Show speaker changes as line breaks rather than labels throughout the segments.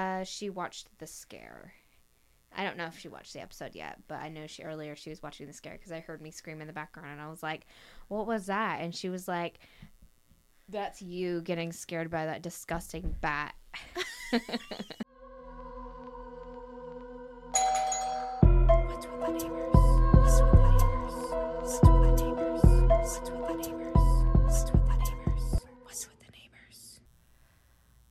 uh, she watched the scare. I don't know if she watched the episode yet, but I know she earlier she was watching the scare because I heard me scream in the background and I was like, "What was that?" And she was like, "That's you getting scared by that disgusting bat."
What's with the neighbors? What's with the neighbors? What's with the neighbors? What's with the neighbors? What's with the neighbors? What's with the neighbors?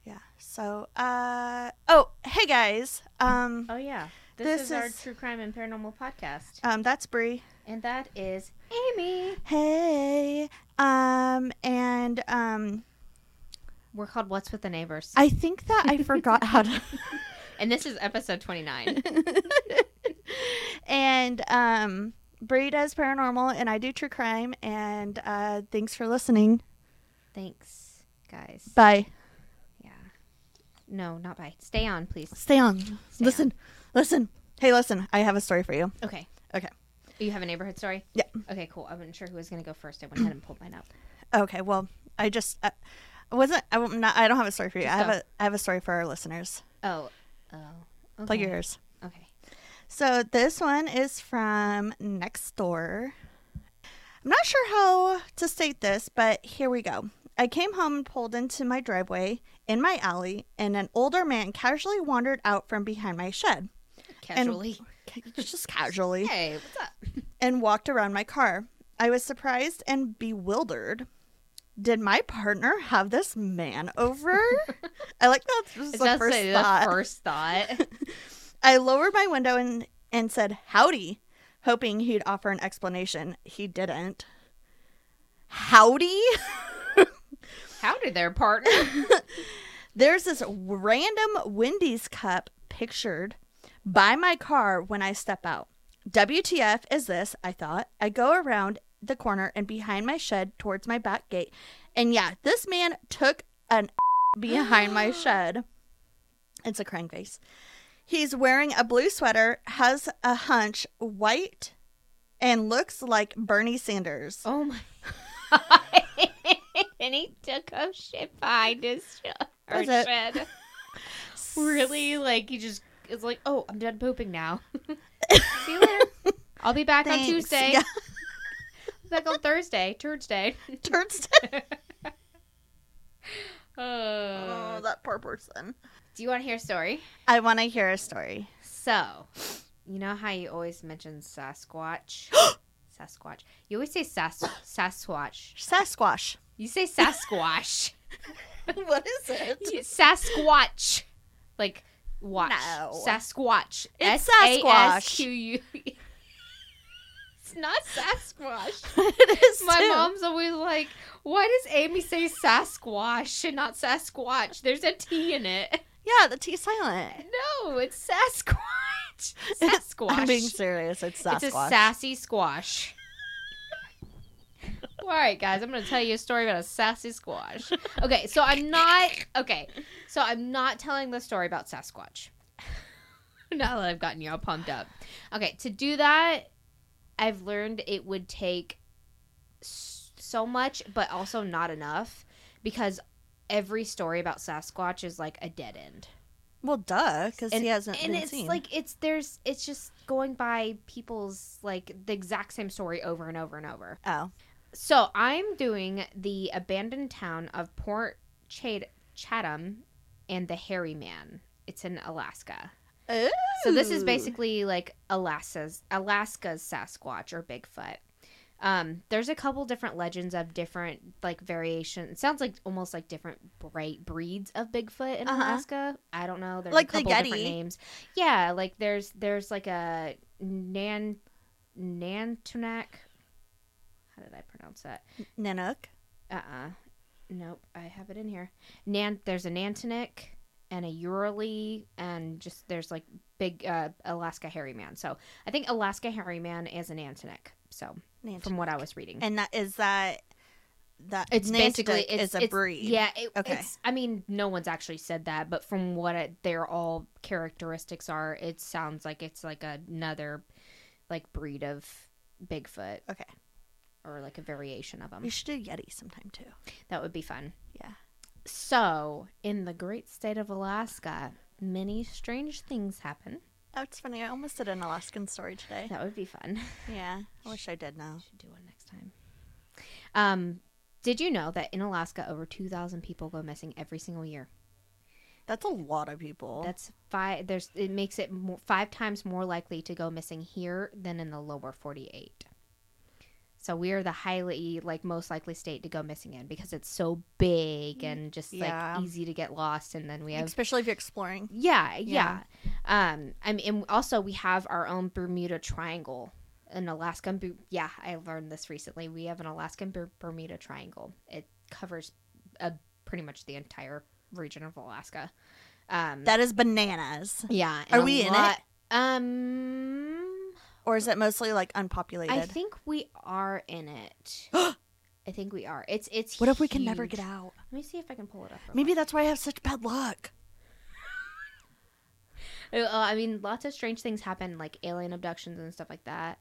Yeah. So, uh, oh, hey guys. Um,
Oh yeah, this,
This
is, our
is-
true crime and paranormal podcast,
um, that's Bree.
and that is Amy.
Hey. Um, and um,
We're called "What's with the Neighbors,"
I think that I forgot how to.
and this is episode twenty nine.
and um, Bree does paranormal, and I do true crime. And uh, thanks for listening.
Thanks, guys.
Bye.
Yeah. No, not bye. Stay on, please.
Stay on. listen. Listen. Hey, listen. I have a story for you.
Okay. Oh,
Okay.
You have a neighborhood story?
Yeah.
Okay, cool. I wasn't sure who was going to go first. I went ahead and pulled mine up.
Okay. Well, I just I I wasn't. I'm not. I don't have a story for you. I
Just
have
go.
a. I have a story for our listeners.
Oh. Oh. Okay.
Plug yours.
Okay.
So this one is from next door. I'm not sure how to state this, but here we go. I came home and pulled into my driveway in my alley, and an older man casually wandered out from behind my shed,
Casually.
just casually,
hey, what's up?
and walked around my car. I was surprised and bewildered. Did my partner have this man over? I like that. This is
It
the
does
first
say
thought.
the first thought.
I lowered my window and, and said, Howdy, hoping he'd offer an explanation. He didn't. Howdy?
How did their partner?
There's this random Wendy's cup pictured by my car when I step out. WTF is this? I thought. I go around the corner and behind my shed towards my back gate. And yeah, this man took an behind my shed. It's a crying face. He's wearing a blue sweater, has a hunch, white, and looks like Bernie Sanders.
Oh my. and he took a shit behind his sh- her
That's it.
shed. really? Like, he just is like, oh, I'm done pooping now. See you later. I'll be back
Thanks.
on Tuesday.
Yeah,
Back on Thursday. Tuesday.
turns
Uh,
Oh, that poor person.
do you want to hear a story?
I want to hear a story.
So, you know how you always mention Sasquatch? Sasquatch. You always say sas- Sasquatch.
Sasquatch.
You say Sasquatch.
what is it?
You- Sasquatch. Like, watch.
No.
Sasquatch.
It's
S-A-S-Q-U. It's not Sasquatch.
it is
My
too.
mom's always like, why does Amy say Sasquatch and not Sasquatch? There's a T in it.
Yeah, the T silent.
No, it's Sasquatch. Sasquatch.
I'm being serious. It's Sasquatch.
It's a sassy squash. All right, guys, I'm going to tell you a story about a sassy squash. Okay, so I'm not okay. So I'm not telling the story about Sasquatch. now that I've gotten you all pumped up. Okay, to do that, I've learned it would take s- so much, but also not enough, because every story about Sasquatch is like a dead end
well, duh, because he hasn't
and
been
it's
seen.
like it's there's it's just going by people's like the exact same story over and over and over
oh,
so i'm doing the abandoned town of port Chad- chatham and the hairy man it's in alaska so this is
Ooh.
basically like Alaska's Alaska's Sasquatch or Bigfoot. Um, there's a couple different legends of different like variation. It sounds like almost like different bre- breeds of Bigfoot in
Uh-huh.
Alaska. I don't know. There's
Like
a
the
couple different
Yeti.
names. Yeah, like there's there's like a Nan Nantunak. How did I pronounce that?
Nanook.
Uh-uh. Nope, I have it in here. Nan there's a Nantinik and a Urali and just there's like big uh Alaska hairy man. So I think Alaska hairy man is a Nantinik. So
Nant-
from what I was reading.
and that is that. That
it's
Nantucket
basically it's,
is a
it's-
breed.
Yeah, it,
Okay.
it's I mean no one's actually said that, but from what it, their all characteristics are, it sounds like it's like another like breed of Bigfoot
Okay.
or like a variation of them.
We should do Yeti sometime too.
That would be fun.
Yeah.
So, in the great state of Alaska, many strange things happen.
That's funny. I almost did an Alaskan story today.
That would be fun.
Yeah, I wish I did now.
Should do one next time. Um, did you know that in Alaska over 2,000 people go missing every single year?
That's a lot of people.
That's five. There's it makes it more, five times more likely to go missing here than in the lower 48. So we are the highly like most likely state to go missing in because it's so big and just
Yeah.
like easy to get lost. And then we have
Especially if you're exploring.
yeah, yeah. Um, I mean, and also we have our own Bermuda Triangle in Alaska. Bu- Yeah, I learned this recently. We have an Alaskan Ber- Bermuda Triangle. It covers uh, pretty much the entire region of Alaska. Um,
That is bananas.
yeah.
Are
and a
we in it?
lot- Um,
Or is it mostly like unpopulated?
I think we are in it. I think we are. It's it's.
what if we can never
huge.
get out?
Let me see if I can pull it up. real
Maybe that's why I have such bad luck.
Uh, I mean, lots of strange things happen, like alien abductions and stuff like that.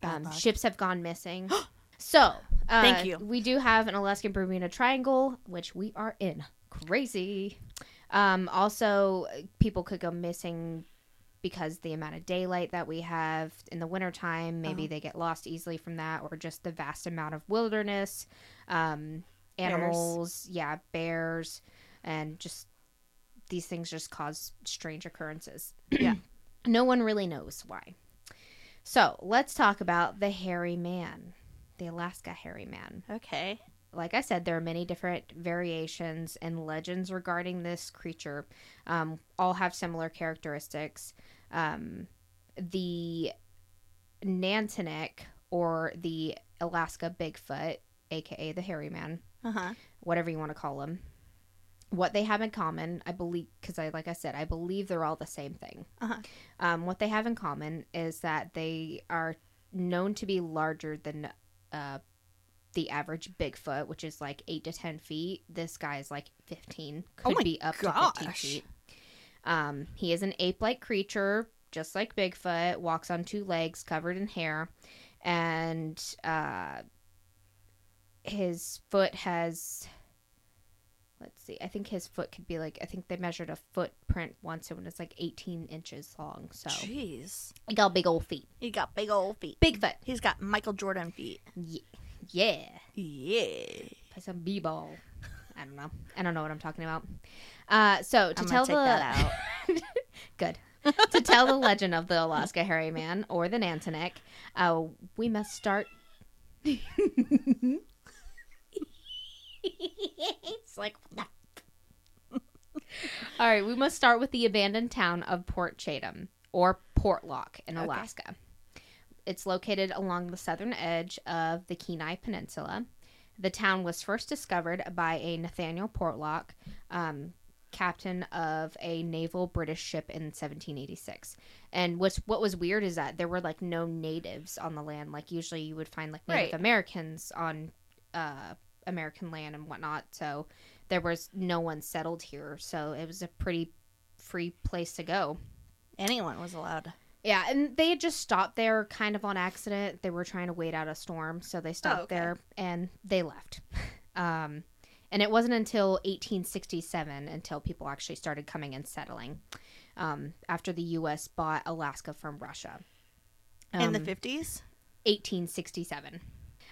Bad
Um,
luck.
ships have gone missing. so, uh,
Oh, Thank you.
We do have an Alaskan Bermuda Triangle, which we are in. Crazy. Um, also, uh, people could go missing because the amount of daylight that we have in the wintertime, maybe
Oh.
they get lost easily from that, or just the vast amount of wilderness, um, animals, yeah, bears, and just these things just cause strange occurrences.
Yeah.
No one really knows why. So let's talk about the hairy man, the Alaska hairy man.
Okay.
Like I said, there are many different variations and legends regarding this creature. Um, all have similar characteristics. Um, the Nantineck or the Alaska Bigfoot, aka the hairy man,
Uh huh.
whatever you want to call them what they have in common i believe because i like i said i believe they're all the same thing
Uh-huh.
um, what they have in common is that they are known to be larger than uh, the average bigfoot which is like 8 to 10 feet this guy is like 15
Oh
could
my
be up to 15
gosh.
feet um, he is an ape-like creature just like bigfoot walks on two legs covered in hair and uh, his foot has let's see i think his foot could be like i think they measured a footprint once and it's like 18 inches long so
Jeez.
he got big old feet
He got big old feet.
big foot
He's got Michael Jordan feet.
yeah, yeah.
Yeah.
play some b-ball i don't know i don't know what i'm talking about uh so to
I'm gonna
tell
take
the
that out.
good to tell the legend of the alaska hairy man or the nantineck uh we must start it's like what the All right, we must start with the abandoned town of Port Chatham or Portlock in
Okay.
Alaska. It's located along the southern edge of the Kenai Peninsula. The town was first discovered by a Nathaniel Portlock, um, captain of a naval British ship in 1786. And what's what was weird is that there were like no natives on the land. Like usually you would find like Native
Right.
Americans on uh, American land and whatnot. So there was no one settled here, so it was a pretty free place to go.
Anyone was allowed.
Yeah, and they had just stopped there kind of on accident. They were trying to wait out a storm, so they stopped
Oh, okay.
there and they left. Um, and it wasn't until 1867 until people actually started coming and settling um, after the U.S. bought Alaska from Russia.
In
Um,
the 50s?
1867.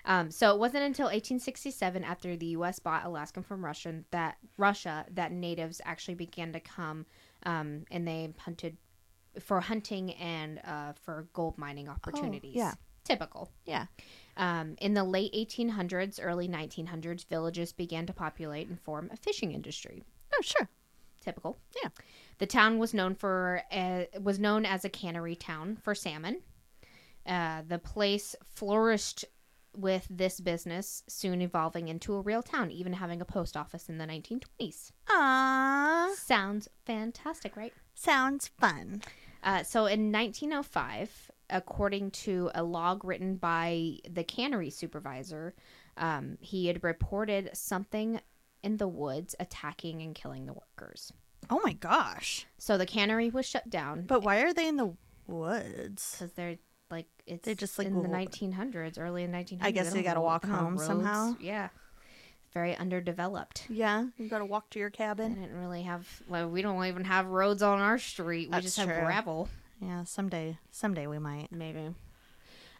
Um, so it wasn't until 1867, after the U.S. bought Alaska from Russian, that Russia that natives actually began to come, um, and they hunted for hunting and uh, for gold mining opportunities.
Oh, yeah.
typical.
Yeah.
Um, in the late 1800s, early 1900s, villages began to populate and form a fishing industry
Oh, sure.
typical.
Yeah.
The town was known for uh, was known as a cannery town for salmon. Uh, the place flourished with this business, soon evolving into a real town, even having a post office in the 1920s.
Ah,
Sounds fantastic, right?
sounds fun.
Uh, so in 1905, according to a log written by the cannery supervisor, um, he had reported something in the woods attacking and killing the workers.
Oh my gosh.
So the cannery was shut down.
But why are they in the woods?
because they're like it's
They just, like,
in the
will-
1900s, early in 1900s.
I guess they
don't
gotta
know,
walk
I don't know,
home somehow.
Yeah, very underdeveloped.
Yeah, you gotta walk to your
I
cabin.
didn't really have. Well, we don't even have roads on our street. We
That's
just
true.
have gravel.
Yeah, someday, someday we might.
Maybe.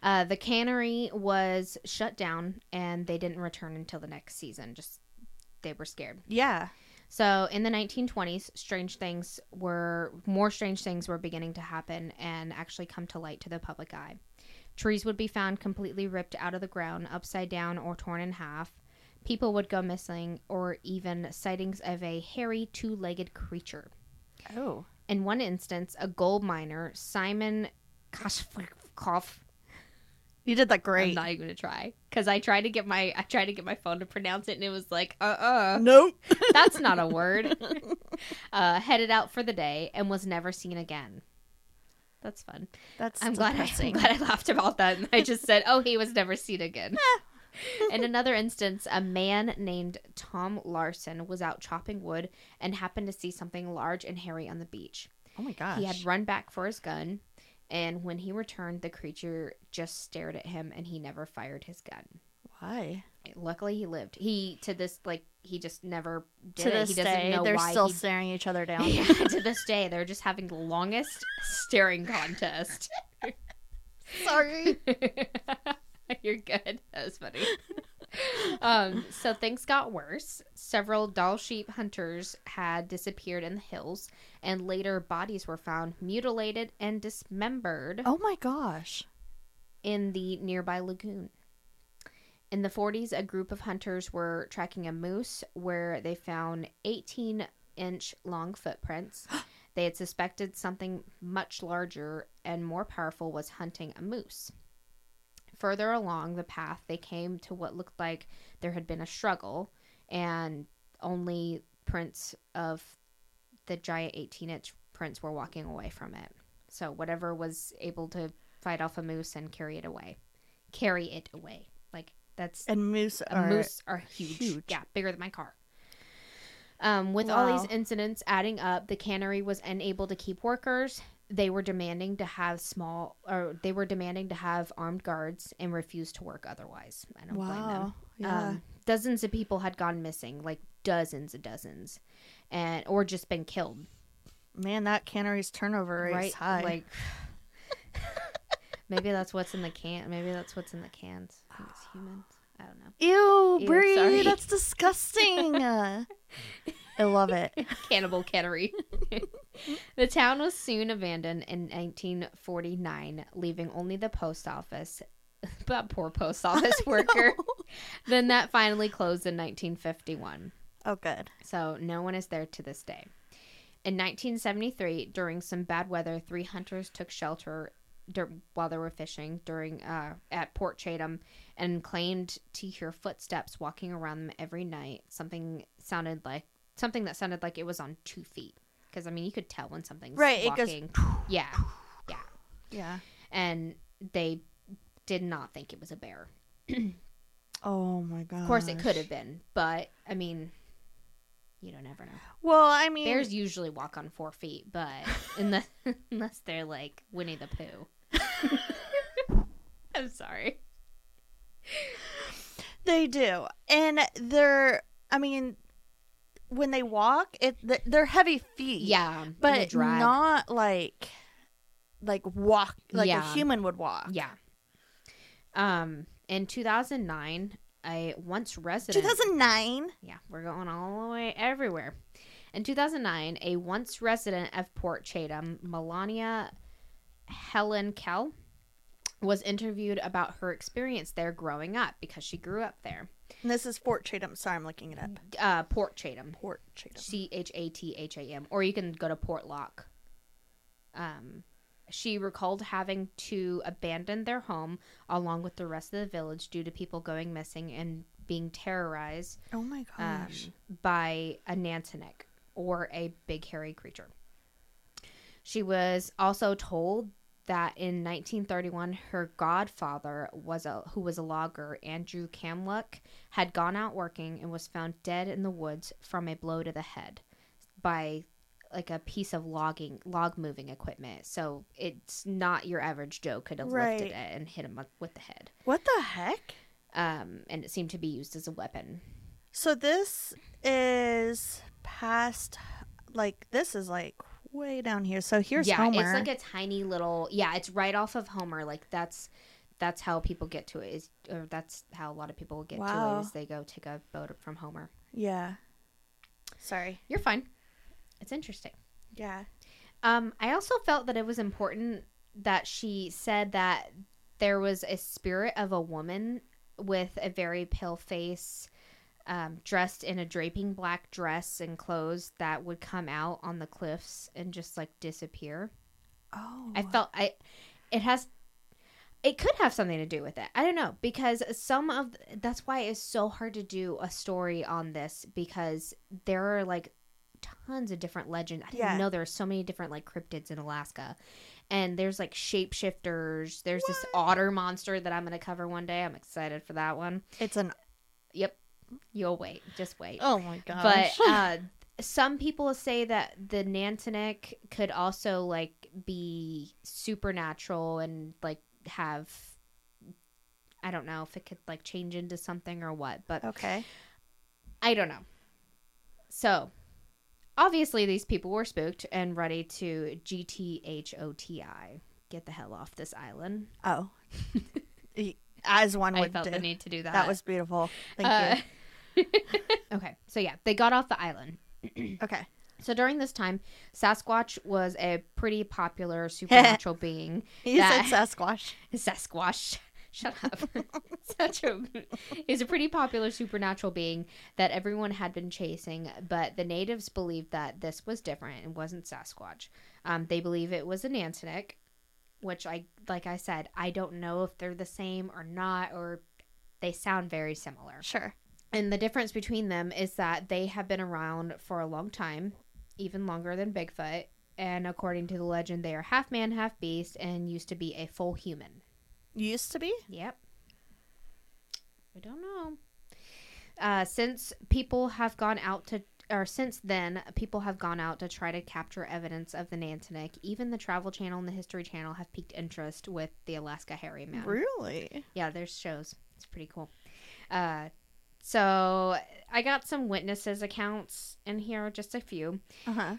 Uh, the cannery was shut down, and they didn't return until the next season. Just they were scared.
Yeah,
So in the 1920s, strange things were more strange things were beginning to happen and actually come to light to the public eye. Trees would be found completely ripped out of the ground, upside down or torn in half. People would go missing or even sightings of a hairy two-legged creature.
Oh.
In one instance, a gold miner, Simon Koshkov,
You did that
I'm
great.
not even gonna try because I tried to get my I tried to get my phone to pronounce it and it was like uh uh
nope.
That's not a word. uh, headed out for the day and was never seen again. That's fun.
That's
I'm glad, I, I'm
depressing.
glad I laughed about that. And I just said, oh, he was never seen again. In another instance, a man named Tom Larson was out chopping wood and happened to see something large and hairy on the beach.
Oh my gosh.
He had run back for his gun, and when he returned, the creature just stared at him and he never fired his gun.
Why?
Luckily, he lived. He, to this, like, he just never did
to
it.
this
he doesn't
day,
know
they're
why
still
he
staring each other down.
yeah, to this day, they're just having the longest staring contest.
Sorry.
You're good. That was funny. Um, so things got worse. Several doll sheep hunters had disappeared in the hills, and later bodies were found mutilated and dismembered
Oh my gosh.
in the nearby lagoon. In the 40s, a group of hunters were tracking a moose where they found 18 inch long footprints. they had suspected something much larger and more powerful was hunting a moose. Further along the path, they came to what looked like there had been a struggle and only prints of the giant 18 inch prints were walking away from it. So whatever was able to fight off a moose and carry it away, carry it away. Like that's
And moose
a
are
moose are huge.
huge.
Yeah, bigger than my car. Um, with all
Wow.
these incidents adding up, the cannery was unable to keep workers. They were demanding to have small, or they were demanding to have armed guards and refused to work otherwise. I don't blame them
Wow. Yeah.
um, dozens of people had gone missing like dozens and dozens and or just been killed
Man, that cannery's turnover rate
right
is high.
like maybe that's what's in the can maybe that's what's in the cans I think it's humans i don't know
Ew,
Ew,
Bree,
sorry.
that's disgusting. Uh, I love it.
cannibal cannery the town was soon abandoned in 1949 leaving only the post office that poor post office worker then that finally closed in 1951
Oh, good.
So no one is there to this day. In 1973, during some bad weather, three hunters took shelter dur- while they were fishing during uh, at Port Chatham and claimed to hear footsteps walking around them every night. Something sounded like something that sounded like it was on two feet. Because I mean, you could tell when something's
Right, it goes-
Walking. yeah, yeah
Yeah.
and they did not think it was a bear.
Oh my god.
Of course, it could have been, but I mean, you don't ever know.
Well, I mean,
Bears usually walk on four feet, but unless unless they're like Winnie the Pooh. I'm sorry.
they do, and they're. I mean, when they walk, it th- they're heavy feet.
Yeah, and they
but
drag.
not like, like walk like a
Yeah.
human would walk.
yeah. Um, in 2009, a once resident.
2009.
Yeah, we're going all the way everywhere. In 2009, a once resident of Port Chatham, Melania Helen Kell, was interviewed about her experience there growing up because she grew up there.
And this is Fort Chatham. Sorry, I'm looking it up.
Uh, Port Chatham.
Fort Chatham.
C H A T H A M, or you can go to Port Lock. Um, she recalled having to abandon their home along with the rest of the village due to people going missing and being terrorized
Oh my
um,
gosh.
by a Nantinik or a big hairy creature. She was also told that in 1931 her godfather was a who was a logger Andrew Camluck had gone out working and was found dead in the woods from a blow to the head by like a piece of logging log moving equipment so it's not your average joe could have lifted
Right.
it and hit him with the head
what the heck?
um, and it seemed to be used as a weapon.
So this is past, like this is like way down here. So here's
yeah,
Homer.
it's like a tiny little. Yeah, it's right off of Homer. Like that's that's how people get to it. Is or that's how a lot of people get to
Wow.
it is they go take a boat from Homer.
yeah. Sorry.
You're fine. It's interesting.
Yeah.
Um, I also felt that it was important that she said that there was a spirit of a woman with a very pale face, um, dressed in a draping black dress and clothes that would come out on the cliffs and just like disappear.
Oh.
I felt I it has it could have something to do with it. I don't know because some of that's why it's so hard to do a story on this because there are like tons of different legends. I didn't
Yeah.
know there are so many different like cryptids in Alaska. And there's like shapeshifters. There's this otter monster that I'm going to cover one day. I'm excited for that one.
it's an.
Yep. You'll wait. Just wait
Oh my
but uh, some people say that the Nantinik could also like be supernatural and like have I don't know if it could like change into something or what, but
okay.
I don't know. So obviously these people were spooked and ready to GTHOTI. Get the hell off this island.
Oh. Y- As one
I
would
felt
do.
the need to do that.
that was beautiful. Thank
Uh, okay. So yeah, they got off the island.
you.
Uh,
Okay.
So during this time, Sasquatch was a pretty popular supernatural being.
You
that-
said Sasquatch.
Sasquatch. Shut up. Such a is a pretty popular supernatural being that everyone had been chasing, but the natives believed that this was different and wasn't Sasquatch. Um, they believe it was a Nantinik, which I like I said, I don't know if they're the same or not, or they sound very similar.
Sure.
And the difference between them is that they have been around for a long time, even longer than Bigfoot. And according to the legend, they are half man, half beast, and used to be a full human.
Used to be.
Yep. I don't know. Uh, since people have gone out to, or since then, people have gone out to try to capture evidence of the Nantinik. Even the Travel Channel and the History Channel have piqued interest with the Alaska Hairy Man.
Really.
Yeah, there's shows. It's pretty cool. Uh, so I got some witnesses accounts in here, just a few.
Uh huh.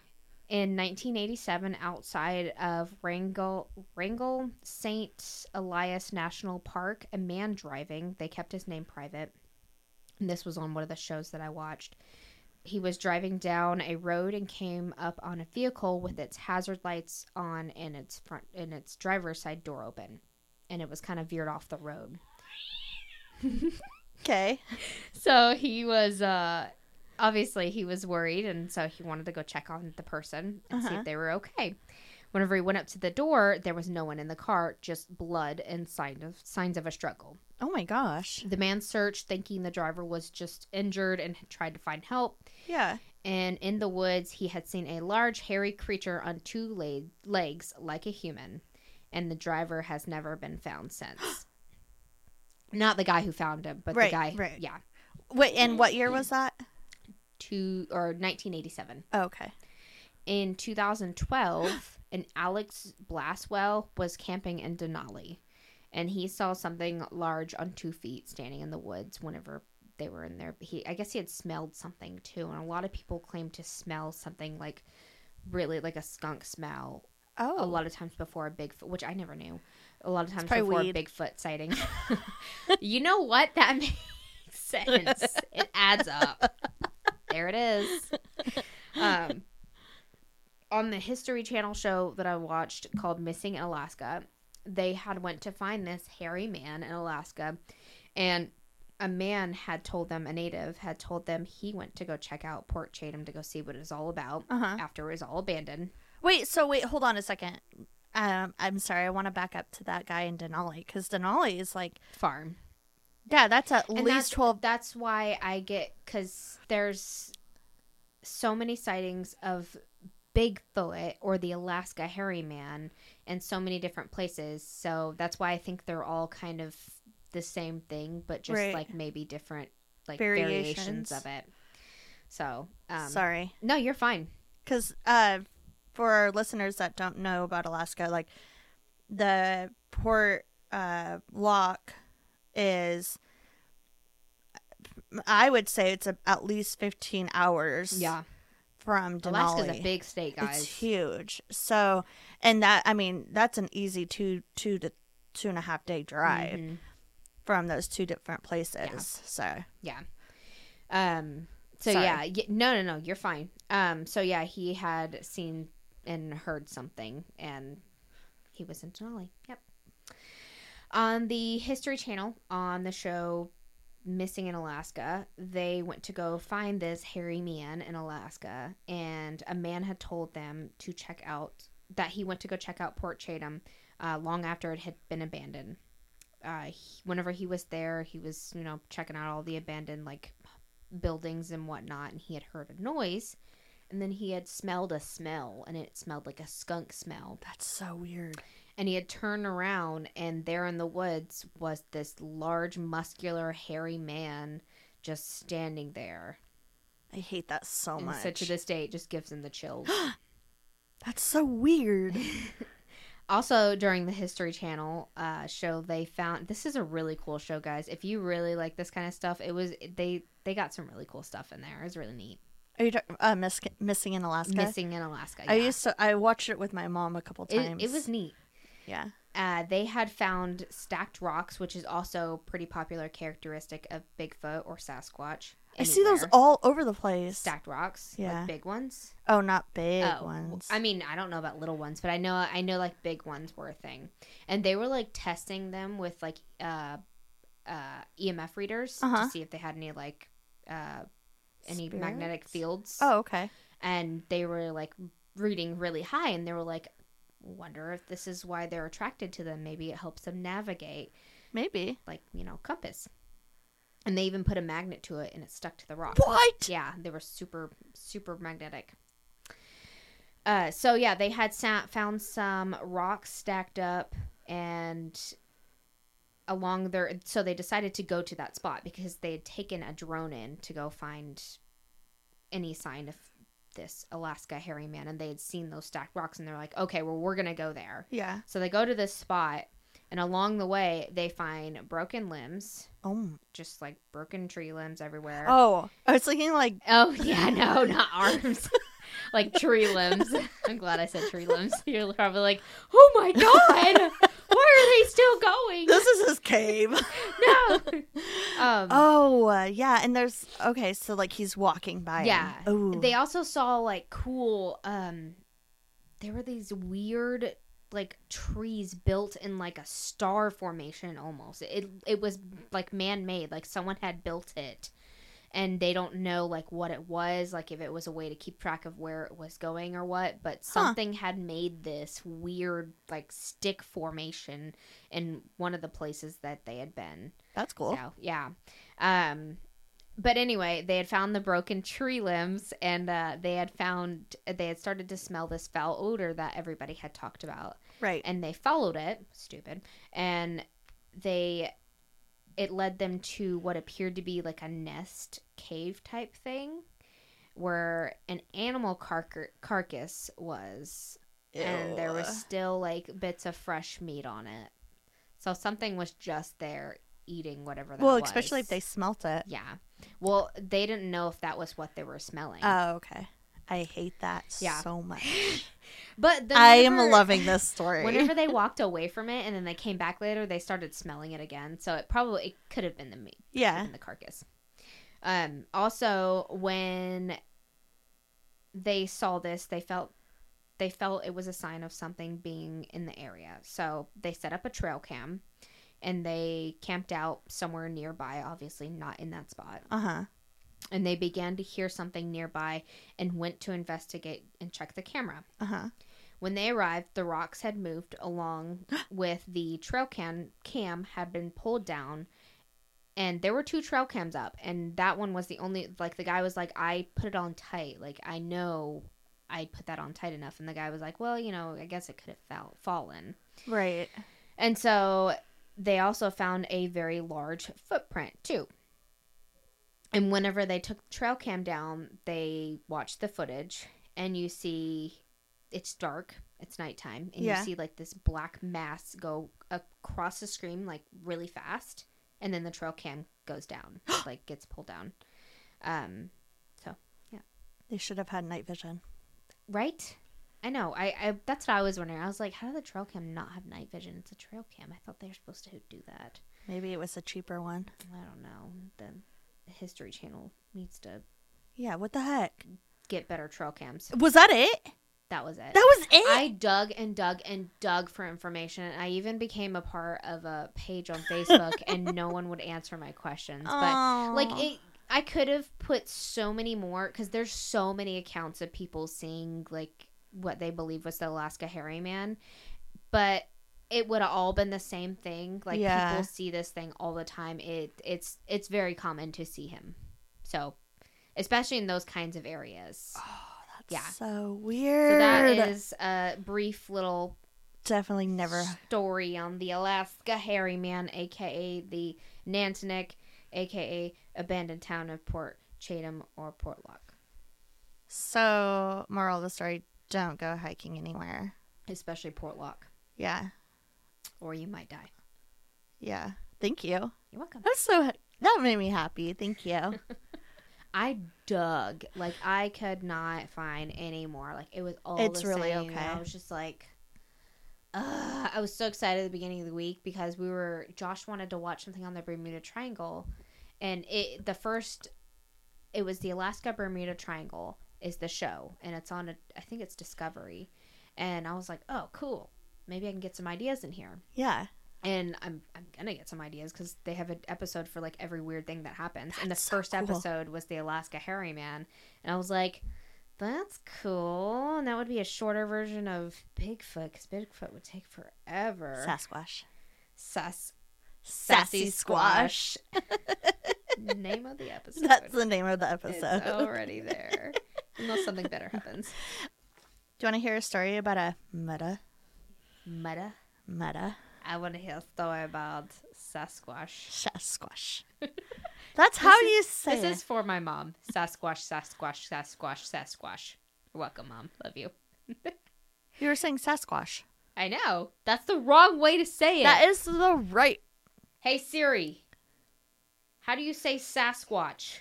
In 1987, outside of Wrangell, Wrangell St. Elias National Park, a man driving, they kept his name private. And this was on one of the shows that I watched. He was driving down a road and came up on a vehicle with its hazard lights on and its front and its driver's side door open. And it was kind of veered off the road.
Okay.
so he was uh obviously he was worried and so he wanted to go check on the person and see
Uh-huh.
if they were okay whenever he went up to the door there was no one in the car just blood and sign of signs of a struggle
Oh my gosh.
the man searched thinking the driver was just injured and had tried to find help
Yeah.
and in the woods he had seen a large hairy creature on two leg- legs like a human and the driver has never been found since not the guy who found him but
Right,
the guy
right.
yeah
Wait. And what year was that?
two or 1987.
Oh, okay.
In 2012, an Alex Blaswell was camping in Denali, and he saw something large on two feet standing in the woods. Whenever they were in there, he I guess he had smelled something too, and a lot of people claim to smell something like really like a skunk smell.
Oh.
A lot of times before a Bigfoot, which I never knew. A lot of times
probably
before
weed.
a Bigfoot sighting. you know what? That makes sense. it adds up there it is. Um, on the History Channel show that I watched called Missing in Alaska, they had went to find this hairy man in Alaska, and a man had told them, a native had told them he went to go check out Port Chatham to go see what it was all about
Uh-huh.
after it was all abandoned.
Wait, so wait, hold on a second. Um, I'm sorry, I want to back up to that guy in Denali because Denali is like,
Farm.
yeah, that's at
And
least
that's-
twelve.
That's why I get because there's so many sightings of Bigfoot or the Alaska hairy man in so many different places. So that's why I think they're all kind of the same thing, but just
Right.
like maybe different like variations,
Variations.
of it. So um,
sorry,
no, you're fine.
because uh, for our listeners that don't know about Alaska, like the port uh, lock is I would say it's a, at least 15 hours
Yeah.
from Denali.
Alaska's a big state, guys.
It's huge. So, and that I mean, that's an easy two, two to two and a half day drive
Mhm.
from those two different places. So,
Yeah. Um. So
Sorry.
yeah, y- no, no, no, you're fine. Um. So yeah, he had seen and heard something, and he was in Denali. Yep. On the History Channel, on the show Missing in Alaska, they went to go find this hairy man in Alaska, and a man had told them to check out that he went to go check out Port Chatham, uh, long after it had been abandoned uh, he- whenever he was there, he was, you know, checking out all the abandoned like buildings and whatnot, and he had heard a noise, and then he had smelled a smell, and it smelled like a skunk smell.
that's so weird.
And he had turned around, and there in the woods was this large, muscular, hairy man just standing there.
I hate that so
and
much.
so to this day, it just gives him the chills.
that's so weird.
also during the history channel uh, show they found this is a really cool show guys if you really like this kind of stuff it was they they got some really cool stuff in there it was really neat
Are you talking, uh, miss, missing in Alaska?
missing in alaska
I
yeah.
used to. I watched it with my mom a couple
it,
times.
it was neat
yeah.
uh, they had found stacked rocks which is also pretty popular characteristic of bigfoot or sasquatch
I see those
anywhere.
all over the place.
stacked rocks
Yeah.
like big ones
Oh, not big
Oh, w-
ones.
I mean, I don't know about little ones, but I know I know like big ones were a thing, and they were like testing them with like uh, uh, EMF readers
Uh-huh.
to see if they had any like uh, any magnetic
Spirits?
fields.
Oh, okay.
and they were like reading really high, and they were like, "Wonder if this is why they're attracted to them. Maybe it helps them navigate,
Maybe.
like you know, compass." And they even put a magnet to it, and it stuck to the rock.
What?
Yeah, they were super super magnetic. Uh, so yeah, they had sa- found some rocks stacked up and along their so they decided to go to that spot because they had taken a drone in to go find any sign of this Alaska hairy man and they had seen those stacked rocks and they're like, "Okay, well we're going to go there."
Yeah.
So they go to this spot and along the way they find broken limbs,
Oh. m-
just like broken tree limbs everywhere.
Oh, I was thinking like
Oh yeah, no, not arms. like tree limbs. I'm glad I said tree limbs. You're probably like, oh my god, why are they still going?
this is his cave.
No. Um,
oh, uh, yeah. And there's okay. So like he's walking by. him.
Yeah.
Ooh.
They also saw like cool. Um, there were these weird like trees built in like a star formation almost. It it was like man made. Like someone had built it, and they don't know like what it was. Like if it was a way to keep track of where it was going or what. But something had made this weird like stick formation in one of the places that they had been.
That's cool.
So yeah. Um, but anyway, they had found the broken tree limbs, and uh, they had found they had started to smell this foul odor that everybody had talked about,
Right.
and they followed it. Stupid, and they it led them to what appeared to be like a nest cave type thing, where an animal carca- carcass was and there was
Ew.
still like bits of fresh meat on it. So something was just there eating whatever that
well,
was.
especially if they smelt it.
Yeah. Well, they didn't know if that was what they were smelling.
Oh, okay. I hate that
Yeah.
so much.
but then
I am
whenever-
loving this story.
Whenever they walked away from it and then they came back later, they started smelling it again. So it probably it could have been the meat.
yeah.
in the carcass. Um, also, when they saw this, they felt they felt it was a sign of something being in the area. So they set up a trail cam, and they camped out somewhere nearby. Obviously, not in that spot.
Uh huh.
And they began to hear something nearby, and went to investigate and check the camera.
Uh huh.
When they arrived, the rocks had moved along with the trail cam cam had been pulled down and there were two trail cams up and that one was the only like the guy was like I put it on tight like I know I put that on tight enough and the guy was like well you know I guess it could have fell- fallen
Right.
and so they also found a very large footprint too. And whenever they took the trail cam down, they watched the footage and you see it's dark, it's nighttime, and
Yeah.
you see like this black mass go across the screen like really fast and then the trail cam goes down, like gets pulled down. Um,
They should have had night vision.
right? I know. I, I that's what I was wondering. I was like, how did the trail cam not have night vision? It's a trail cam. I thought they were supposed to do that.
Maybe it was a cheaper one.
I don't know. The History Channel needs to
Yeah, what the heck?
get better trail cams.
Was that it?
That was it.
That was it?
I dug and dug and dug for information. I even became a part of a page on Facebook, and no one would answer my questions. But like
Aw.
it, I could have put so many more because there's so many accounts of people seeing like what they believe was the Alaska Hairy Man, but it would have all been the same thing. Like
Yeah.
people see this thing all the time. It it's it's very common to see him. So, especially in those kinds of areas.
Oh, that's
Yeah.
so
So
weird.
that is a brief little
Definitely never.
story on the Alaska Hairy Man, aka the Nantineck, aka abandoned town of Port Chatham or Portlock,
So, moral of the story don't go hiking anywhere.
especially Portlock,
Yeah.
or you might die.
Yeah. Thank you.
You're welcome.
That's so, that made me happy. Thank you.
I dug like I could not find any more. Like it was all
It's
the
really
same, and
okay.
I was just like. Ugh, I was so excited at the beginning of the week because we were Josh wanted to watch something on the Bermuda Triangle, and it the first it was the Alaska Bermuda Triangle is the show, and it's on a, I think it's Discovery, and I was like, oh cool, maybe I can get some ideas in here,
yeah.
and I'm I'm gonna get some ideas because they have an episode for like every weird thing that happens. and the
That's so
first
cool.
episode was the Alaska Hairy Man, and I was like, "That's cool." And that would be a shorter version of Bigfoot because Bigfoot would take forever.
Sasquatch.
Sass.
Sassy Squash.
Name of the episode.
That's the name of the
it's
episode.
already there. Unless something better happens.
Do you want to hear a story about a meta?
Meta.
Meta.
I want to hear a story about Sasquatch.
Sasquatch. That's how
This
you say
This is for my mom. Sasquatch, Sasquatch, Sasquatch, Sasquatch. You're welcome, mom. Love you.
it. You were saying Sasquatch.
I know. That's the wrong way to say it.
That is the right.
hey, Siri. How do you say Sasquatch?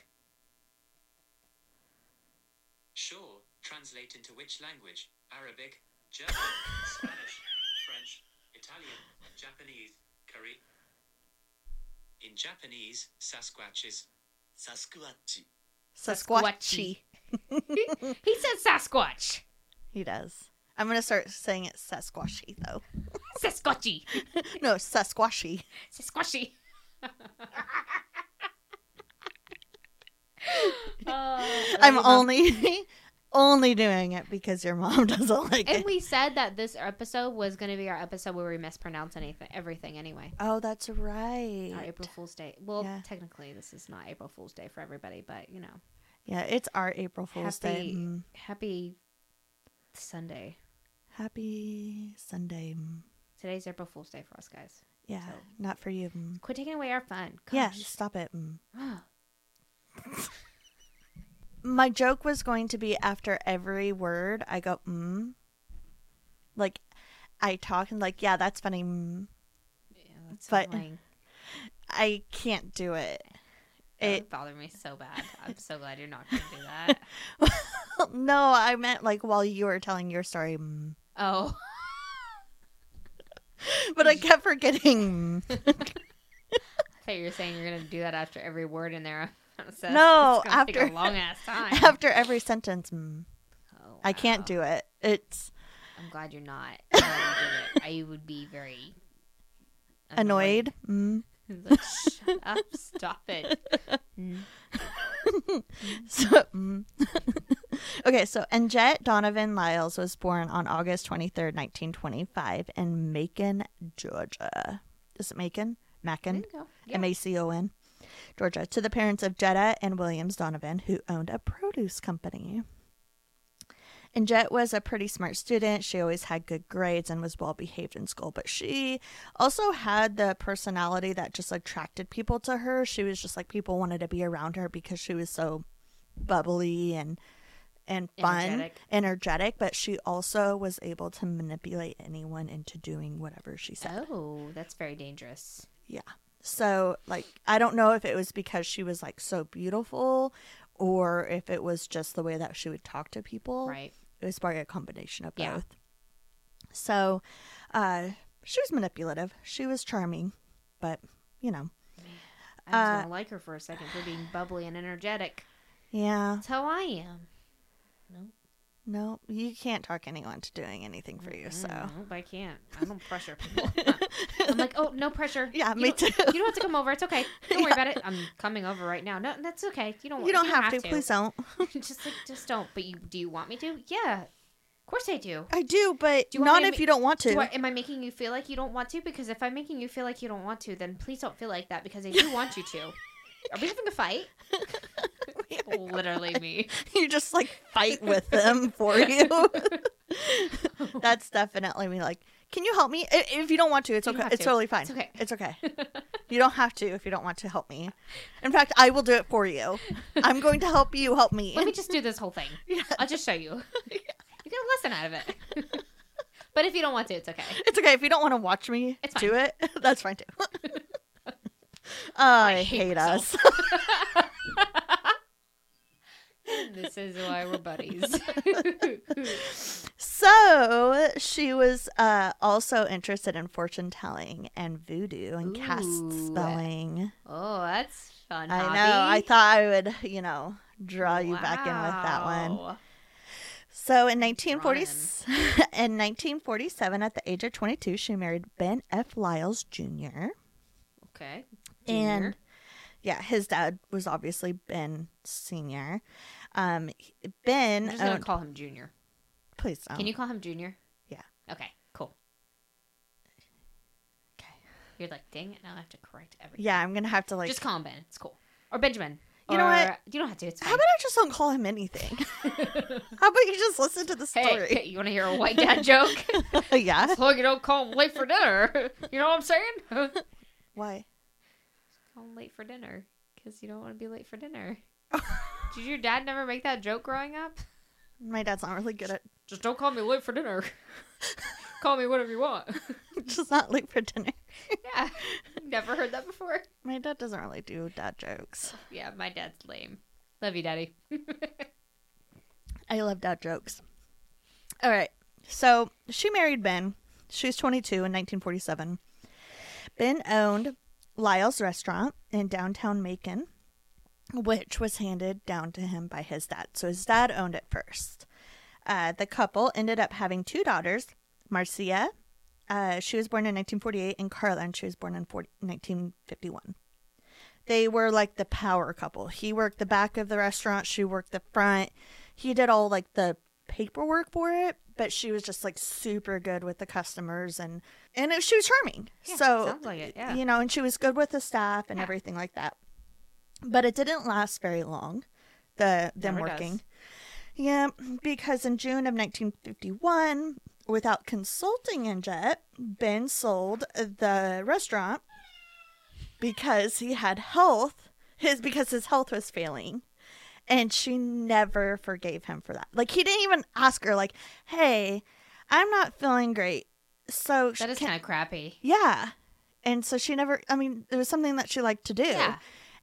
Sure, translate into which language? Arabic, German, Spanish, French, Italian, Japanese, Korean. In Japanese, Sasquatch is Sasquatch.
Sasquatchy.
He said Sasquatch.
He does. I'm going to start saying it Sasquatchy, though.
Sasquatchy.
No, Sasquatchy.
Sasquatchy. Oh,
I'm
okay, Mom.
only only doing it because your mom doesn't like
And
it.
we said that this episode was going to be our episode where we mispronounce anything, everything anyway.
Oh, that's right.
Our April Fool's Day. Well,
Yeah.
technically, this is not April Fool's Day for everybody, but you know,
Yeah, it's our April Fool's Day.
happy,
Mm.
happy Sunday.
Happy Sunday. Mm.
Today's April Fool's Day for us guys.
Yeah,
So-
not for you. Mm.
Quit taking away our fun.
Yeah,
Gosh.
stop it. Mm. My joke was going to be after every word, I go, mm. Like, I talk and, like, yeah, that's funny. Mm.
yeah, that's
But-
annoying.
I can't do it.
That
It
would bother me so bad. I'm so glad you're not going to do that.
no, I meant like while you were telling your story, mm.
Oh,
but I kept forgetting. mm.
I thought you were saying you're going to do that after every word in there. So
No,
it's gonna take
after-
a long ass time.
"Mm." After every sentence, mm,
Oh,
I can't
wow.
do it. It's
I'm glad you're not. I'm glad you did it. I would be very
annoyed. Mm.
Like, Shut up! Stop it! Mm.
So, mm. okay, so Anjet Donovan Lyles was born on August 23rd, 1925, in Macon, Georgia. Is it Macon?
There
Macon?
you go. Yeah.
M A C O N, Georgia, to the parents of Jetta and Williams Donovan, who owned a produce company. And Jet was a pretty smart student. She always had good grades and was well behaved in school, but she also had the personality that just attracted people to her. She was just like people wanted to be around her because she was so bubbly and and fun,
Energetic.
energetic, but she also was able to manipulate anyone into doing whatever she said.
Oh, that's very dangerous.
Yeah. So, like, I don't know if it was because she was like so beautiful or if it was just the way that she would talk to people.
Right.
It was probably a combination of both.
Yeah.
So, uh, she was manipulative. She was charming, but you know,
I was
Uh,
gonna like her for a second for being bubbly and energetic.
yeah,
That's how I am.
no, you can't talk anyone to doing anything for you. So,
Mm, nope, I can't. I don't pressure people. I'm like, oh, no pressure.
Yeah,
You
me
don't-
too.
You don't have to come over. It's okay. Don't worry about it. I'm coming over right now. No, that's okay. "Oh, You don't.
you don't have, to. Please don't.
just like, just don't. But you, do you want me to? Yeah, of course I do.
I do, but
Do you want me
not
to
if
ma-
you don't want to.
Do I, am I making you feel like you don't want to? Because if I'm making you feel like you don't want to, then please don't feel like that because I do want you to. Are we having a fight? Literally me.
you just like fight with them for you. That's definitely me. Like, can you help me? I- If you don't want to, it's
You don't
okay.
have
It's
to.
totally fine.
It's okay.
It's okay. you don't have to if you don't want to help me. In fact, I will do it for you. I'm going to help you help me.
Let me just do this whole thing. I'll just show you. You get a lesson out of it. but if you don't want to, it's okay.
It's okay if you don't want to watch me
It's
do it. That's fine too. oh, I, hate, us.
This is why we're buddies.
so she was uh, also interested in fortune telling and voodoo and cast
Ooh.
spelling.
oh, that's fun.
I
hobby.
know. I thought I would, you know, draw you back in with that one.
Wow.
So in 1940, in 1947, at the age of 22, she married Ben F. Lyles Jr.
Okay.
And
Junior.
yeah, his dad was obviously Ben Sr. Um, he- Ben,
I'm just gonna
owned-
call him Junior.
please um, don't.
Can you call him Junior?
Oh. Yeah.
Okay. Cool.
Okay.
You're like, dang it! Now I have to correct everything.
Yeah, I'm gonna have to like.
Just call him Ben. It's cool. Or Benjamin.
You know what?
Or- You don't have to. It's
how
fine.
about I just don't call him anything? how about you just listen to the
Hey,
story?
you want to hear a white dad joke?
yeah.
As long as you don't call him late for dinner. You know what I'm saying? call
Why?
him late for dinner because you don't want to be late for dinner. Did your dad never make that joke growing up?
My dad's not really good at.
Just don't call me late for dinner. call me whatever you want.
just not late for dinner.
yeah. Never heard that before.
My dad doesn't really do dad jokes.
Yeah, my dad's lame. Love you, daddy.
I love dad jokes. All right. So she married Ben. She was 22 in 1947. Ben owned Lyle's restaurant in downtown Macon, which was handed down to him by his dad. So his dad owned it first. Uh, the couple ended up having two daughters, Marcia. Uh, she was born in 1948, and Carla, and she was born in 40, 1951 they were like the power couple. He worked the back of the restaurant, she worked the front. He did all like the paperwork for it, but she was just like super good with the customers and and it, she was charming. so
sounds like it, yeah.
you know, and she was good with the staff and everything like that. But it didn't last very long. The them
Never does.
working. Yeah, because in June of 1951, without consulting Injet, Ben sold the restaurant because he had health his because his health was failing and she never forgave him for that like he didn't even ask her like hey i'm not feeling great so
That is
can-
kind of crappy.
yeah and so she never i mean it was something that she liked to do
Yeah.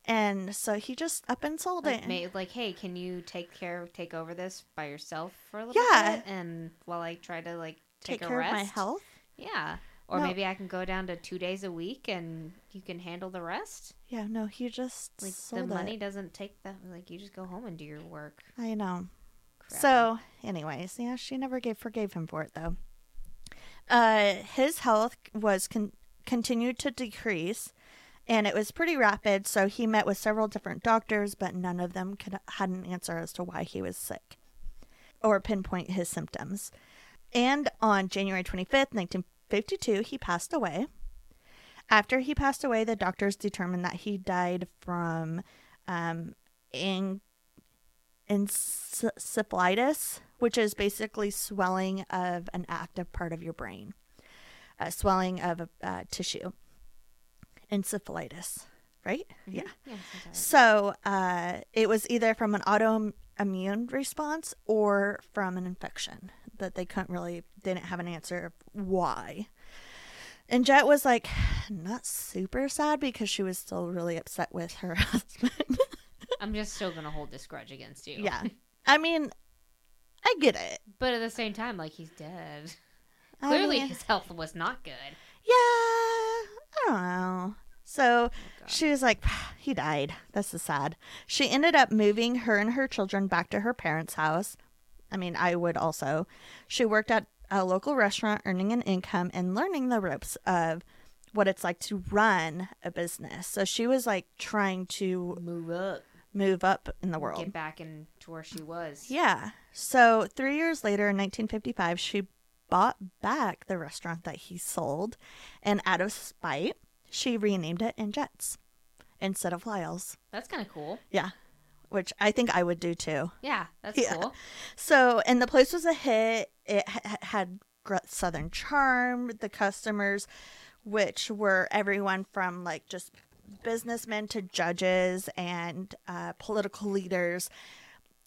and so he just up and sold it
Like,
and-
ma- like, hey, can you take care, take over this by yourself for a little
Yeah.
bit, and while I try to like
take,
take, a
care
rest,
of my health
yeah, or
No.
maybe I can go down to two days a week, and you can handle the rest.
yeah no he just
Like
sold
the money
it.
doesn't take that. Like you just go home and do your work.
i know
Crappy.
So, anyways, yeah, she never gave forgave him for it though. Uh, his health was con- continued to decrease, and it was pretty rapid. So he met with several different doctors, but none of them could had an answer as to why he was sick, or pinpoint his symptoms. And on January twenty fifth, nineteen fifty two, he passed away. After he passed away, the doctors determined that he died from um, ang- encephalitis, which is basically swelling of an active part of your brain, uh, swelling of a uh, tissue. Encephalitis, right? Yeah.
Mm-hmm. yeah, sometimes.
So uh, it was either from an autoimmune response or from an infection that they couldn't really, they didn't have an answer of why. And Jet was like, not super sad because she was still really upset with her husband.
I'm just still gonna hold this grudge against you.
yeah. I mean, I get it.
But at the same time, like he's dead.
I
Clearly,
mean,
his health was not good.
yeah. I don't know. So
God.
she was like, he died. This is sad. She ended up moving her and her children back to her parents' house. I mean, I would also. She worked at a local restaurant, earning an income and learning the ropes of what it's like to run a business. So she was like trying to
Move up,
move up in the world.
get back into where she was.
Yeah. So three years later, in 1955, she bought back the restaurant that he sold, and out of spite, she renamed it in Jets instead of Lyle's.
That's kind of cool.
Yeah. Which I think I would do too.
Yeah, that's
Yeah.
cool.
So, and the place was a hit. It ha- had gr- Southern charm. The customers, which were everyone from like just businessmen to judges and uh, political leaders,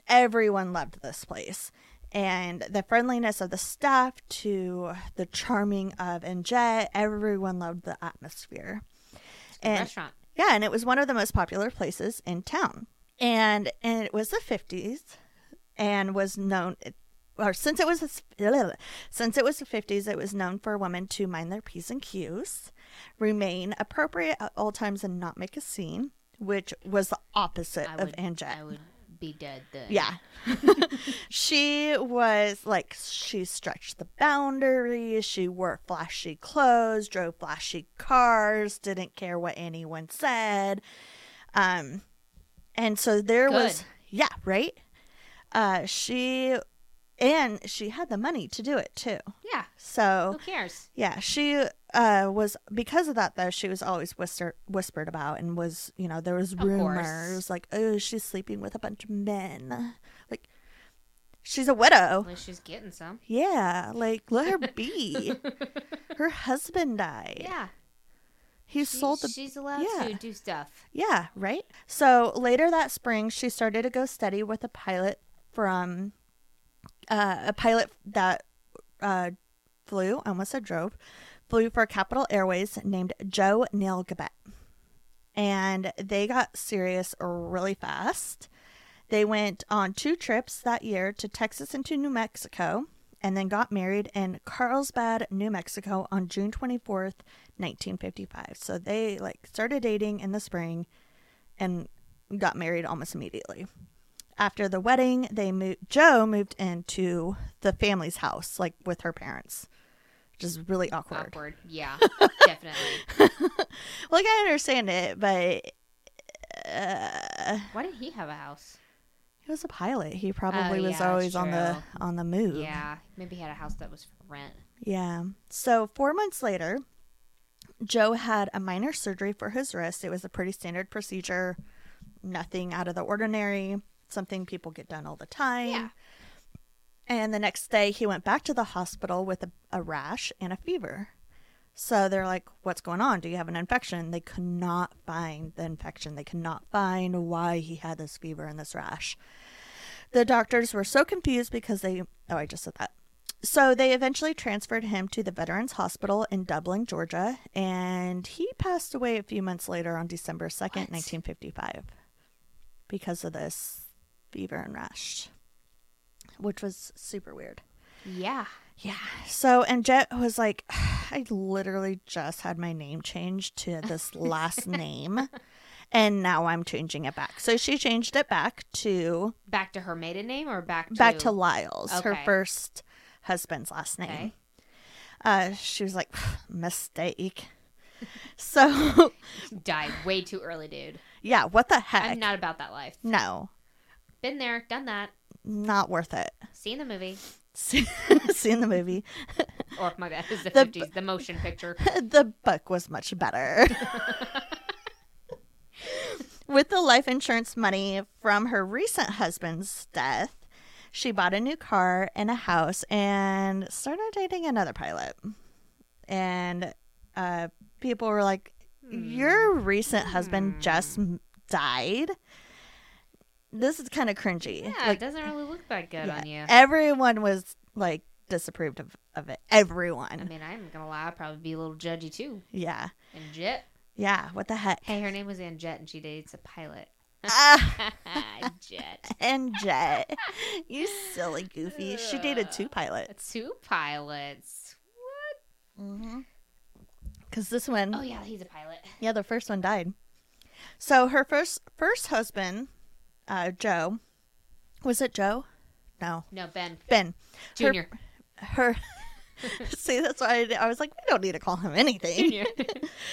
everyone loved this place. And the friendliness of the staff to the charming of and Jet, everyone loved the atmosphere.
It's a good
And-
restaurant.
Yeah, and it was one of the most popular places in town. And and it was the 50s and was known or since it was the- since it was the 50s it was known for women to mind their p's and q's, remain appropriate at all times and not make a scene, which was the opposite
I
uh, of
would, I
Anjet.
would be dead then.
Yeah. she was like, she stretched the boundaries. She wore flashy clothes, drove flashy cars, didn't care what anyone said. Um, and so there was,
Good.
yeah, right? Uh, she, and she had the money to do it too.
Yeah.
So,
Who cares?
yeah, she uh, was because of that though. She was always whisper, whispered about, and was you know there was
course.
rumors like oh she's sleeping with a bunch of men, like she's a widow.
Unless she's getting some.
Yeah, like let her be. her husband died.
Yeah.
he
She-
sold the
she's allowed
yeah.
to do stuff.
yeah right. So later that spring, she started to go study with a pilot from uh, a pilot that uh, flew. I almost said drove. Flew for Capital Airways named Joe Neil Gabet. And they got serious really fast. They went on two trips that year to Texas and to New Mexico and then got married in Carlsbad, New Mexico on June 24th, 1955. So they like started dating in the spring and got married almost immediately. After the wedding, they moved. Joe moved into the family's house, like with her parents, which is really awkward.
Awkward. Yeah. definitely.
Like I understand it, but uh,
Why did he have a house?
he was a pilot. He probably
Oh, yeah,
was
that's
always on the
true.
on the move.
Yeah. Maybe he had a house that was for rent.
Yeah. So four months later, Joe had a minor surgery for his wrist. It was a pretty standard procedure, nothing out of the ordinary, something people get done all the time.
Yeah.
And the next day, he went back to the hospital with a, a rash and a fever. So they're like, What's going on? Do you have an infection? They could not find the infection. They could not find why he had this fever and this rash. The doctors were so confused because they. Oh, I just said that. So they eventually transferred him to the Veterans Hospital in Dublin, Georgia, and he passed away a few months later on December 2nd, 1955, because of this fever and rash, which was super weird.
Yeah.
Yeah. So, and Jet was like, I literally just had my name changed to this last name, and now I'm changing it back. So she changed it back to
Back to her maiden name or back to
back to Lyles, her
Okay.
first husband's last name.
Okay.
Uh, she was like, mistake. so,
Died way too early, dude.
yeah, what the heck?
I'm not about that life.
no,
Been there, done that.
not worth it.
Seen the movie.
Seen the movie.
Or my bad, it's the
The-
fifties, the motion picture.
the book was much better. With the life insurance money from her recent husband's death, she bought a new car and a house and started dating another pilot. And uh, people were like, Your recent husband just m- died. This is kind of cringy.
Yeah,
Like,
it doesn't really look that good
yeah,
on you.
Everyone was like, disapproved of, of it. Everyone.
I mean, I'm gonna lie, I'd probably be a little judgy too.
yeah.
And Jet.
Yeah. What the heck?
Hey, her name was Ann Jet, and she dates a pilot.
Ah,
Jet.
and Jet. you silly goofy. She dated two pilots.
Two pilots. What?
Because this one,
Oh yeah, he's a pilot.
yeah, the first one died. So her first first husband, uh, Joe, was it Joe? No,
No, Ben
Ben. Her-
Junior.
Her. See, that's why I, I was like, we don't need to call him anything.
Junior.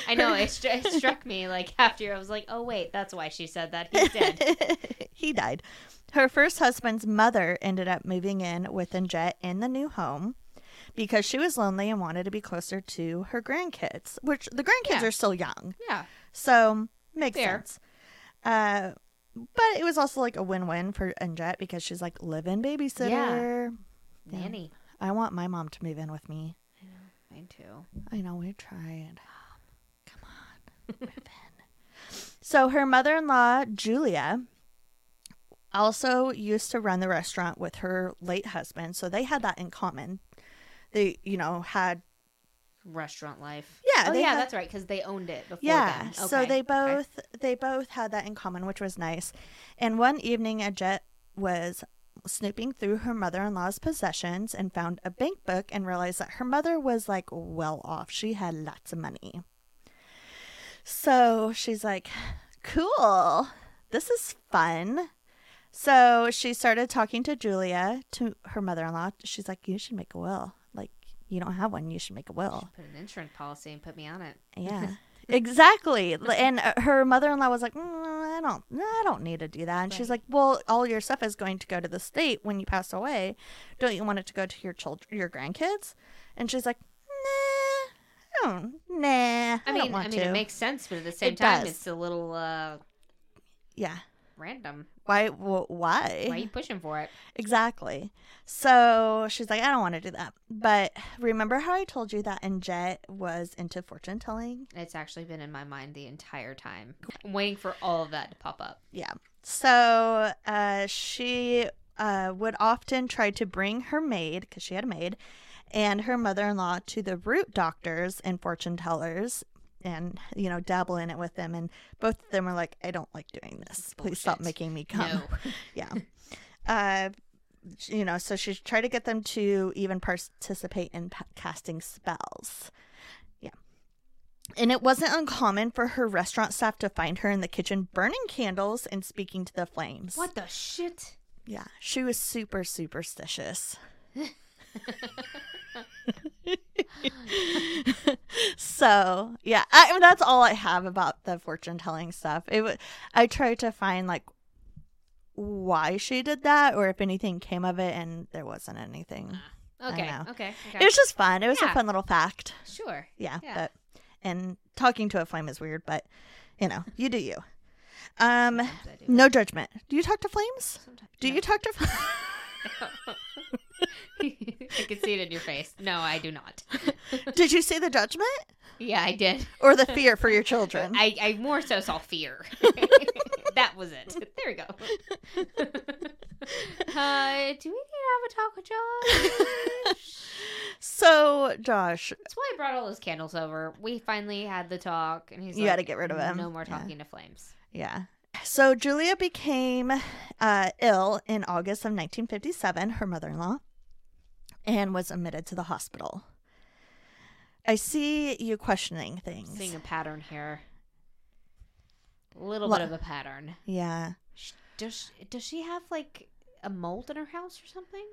I know it, stru- it struck me like after I was like, oh wait, that's why she said that. He's dead.
he died. Her first husband's mother ended up moving in with Injet in the new home because she was lonely and wanted to be closer to her grandkids, which the grandkids
Yeah.
are still young.
yeah.
So makes
Fair.
sense. Uh, but it was also like a win-win for Injet because she's like live-in babysitter. Yeah.
Nanny.
I want my mom to move in with me.
Mine too.
I know we tried. Come on, move in. So her mother-in-law Julia also used to run the restaurant with her late husband, so they had that in common. They, you know, had
Restaurant life.
Yeah,
Oh
they
yeah,
had-
that's right because they owned it before.
Yeah.
Ben.
So
Okay,
they
okay.
both they both had that in common, which was nice. And one evening a jet was snooping through her mother-in-law's possessions and found a bank book and realized that her mother was like well off. She had lots of money. So she's like, "Cool. This is fun." So she started talking to Julia, to her mother-in-law. She's like, "You should make a will. Like, you don't have one. You should make a will."
Should put an insurance policy and put me on it.
Yeah. Exactly. L- And uh, her mother-in-law was like, mm, "I don't no, I don't need to do that." And she's
Right.
like, "Well, all your stuff is going to go to the state when you pass away. Don't you want it to go to your children, your grandkids?" And she's like, "Nah. I don't. Nah. I,
I
don't
mean,
want
I mean,
to."
it makes sense, but at the same
It
time,
does.
it's a little uh,
yeah.
random.
Why wh- why?
Why are you pushing for it?
Exactly. So she's like, "I don't want to do that." But remember how I told you that Injet was into fortune telling?
It's actually been in my mind the entire time. I'm waiting for all of that to pop up.
Yeah. So uh, she uh, would often try to bring her maid, because she had a maid, and her mother in law to the root doctors and fortune tellers and, you know, dabble in it with them. And both of them were like, I don't like doing this. Please stop
Bullshit.
making me come.
No.
Yeah. uh, you know, so she tried to get them to even participate in pa- casting spells. Yeah. And it wasn't uncommon for her restaurant staff to find her in the kitchen burning candles and speaking to the flames.
What the shit?
Yeah. She was super superstitious. so yeah, I, that's all I have about the fortune telling stuff. It wa- I tried to find like why she did that or if anything came of it, and there wasn't anything.
Okay,
know.
okay, okay.
It was just fun. It was a
Yeah.
fun little fact.
sure.
Yeah,
Yeah.
but and talking to a flame is weird, but you know, you do you. Um,
Sometimes I do
no judgment. Do you talk to flames?
Sometimes-
Do
no.
you talk to? flames?
I can see it in your face. No, I do not.
Did you see the judgment
yeah, I did.
or the fear for your children?
I, I more so saw fear. that was it. There we go. uh, do we need to have a talk with Josh?
so, Josh,
That's why I brought all those candles over. We finally had the talk, and he's
You
like,
had to get rid of him.
No more
Yeah.
talking to flames.
yeah. So Julia became uh, ill in August of 1957. Her mother-in-law, and was admitted to the hospital. I see you questioning things.
Seeing a pattern here. A little
Lo-
bit of a pattern.
yeah,
Sh- Does does she have like a mold in her house or something?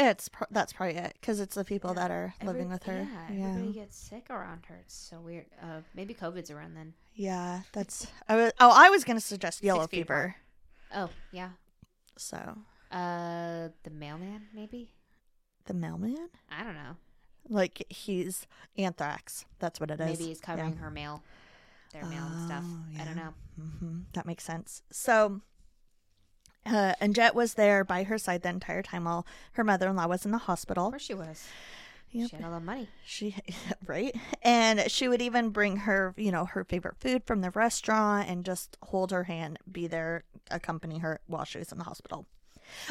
it's pro- that's probably it because it's the people that are
Every-
living with her.
Yeah,
Yeah,
everybody gets sick around her. It's so weird. Uh, maybe COVID's around then.
yeah. That's I was, oh, I was gonna suggest yellow
feet
fever.
Oh yeah.
So
Uh, the mailman maybe.
the mailman,
I don't know.
like he's anthrax. That's what it is.
Maybe he's covering her mail, their mail and stuff.
Oh,
I don't
yeah.
know.
hmm That makes sense. So, uh, and Jet was there by her side the entire time while her mother in law was in the
Of
hospital.
course she was.
Yep.
She had all the money.
She, right? And she would even bring her, you know, her favorite food from the restaurant and just hold her hand, be there, accompany her while she was in the hospital.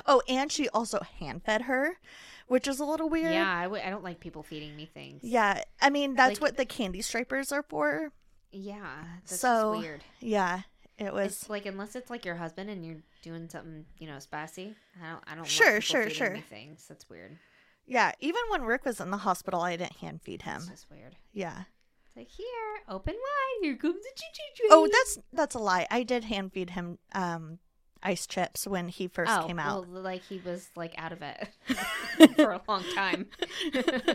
Oh, and she also hand fed her, which is a little weird.
Yeah, I w- I don't like people feeding me things.
Yeah, I mean
Like-
that's what the candy stripers are for.
Yeah. That's just
So,
weird.
Yeah, it was.
It's like unless it's like your husband and you're doing something, you know, spicy. I don't. I don't. want
Sure,
people
sure,
feeding
sure.
me Things that's weird.
Yeah, even when Rick was in the hospital, I didn't hand feed him.
It's just weird.
Yeah.
It's like here, open wide. Here comes the choo choo train.
Oh, that's that's a lie. I did hand feed him um ice chips when he first
Oh,
came out.
Well, like he was like out of it for a long time.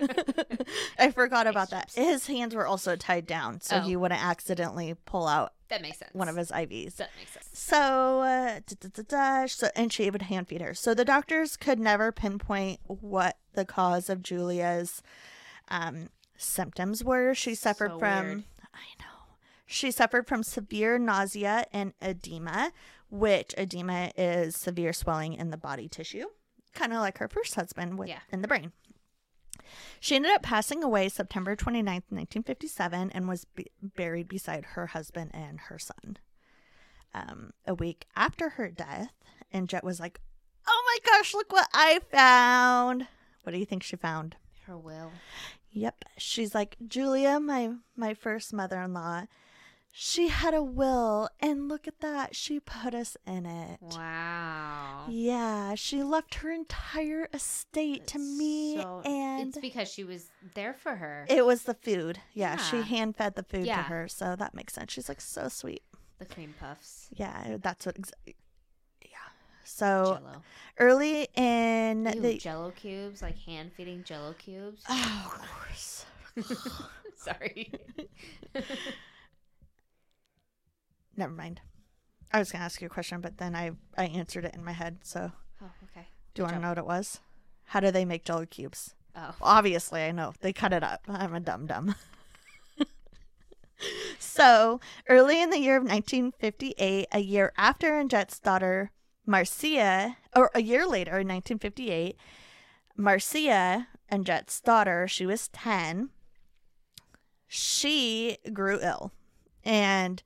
I forgot about that.
chips.
His hands were also tied down, so
Oh.
he wouldn't accidentally pull out
that makes sense.
one of his IVs.
That makes sense.
So, uh, da, da, da, da, so, and she would hand feed her. So the doctors could never pinpoint what the cause of Julia's um, symptoms were. She suffered
So
from,
weird.
I know, she suffered from severe nausea and edema, which edema is severe swelling in the body tissue, kind of like her first husband with
Yeah.
in the brain. She ended up passing away September 29th, 1957, and was b- buried beside her husband and her son um, a week after her death, and Jet was like, "Oh my gosh, look what I found!" What do you think she found?
Her will.
Yep, she's like Julia, my my first mother-in-law. She had a will, and look at that, she put us in it.
Wow.
Yeah, she left her entire estate to me,
So-
and
it's because she was there for her.
it was the food. Yeah, she
Yeah.
hand fed the food to
Yeah.
her, so that makes sense. She's like so sweet.
the cream puffs.
Yeah, that's what. Ex- yeah. So
Jello.
early in
Ew,
the
Jello cubes, like hand feeding Jello cubes.
oh, of course.
Sorry.
Never mind. I was gonna ask you a question, but then I I answered it in my head. So
oh, okay.
do you want to
job.
know what it was? How do they make Jello cubes?
Oh.
Obviously, I know they cut it up. I'm a dum dum. so early in the year of 1958, a year after Anjette's daughter Marcia, or a year later in 1958, Marcia Anjette's daughter, she was 10. She grew ill and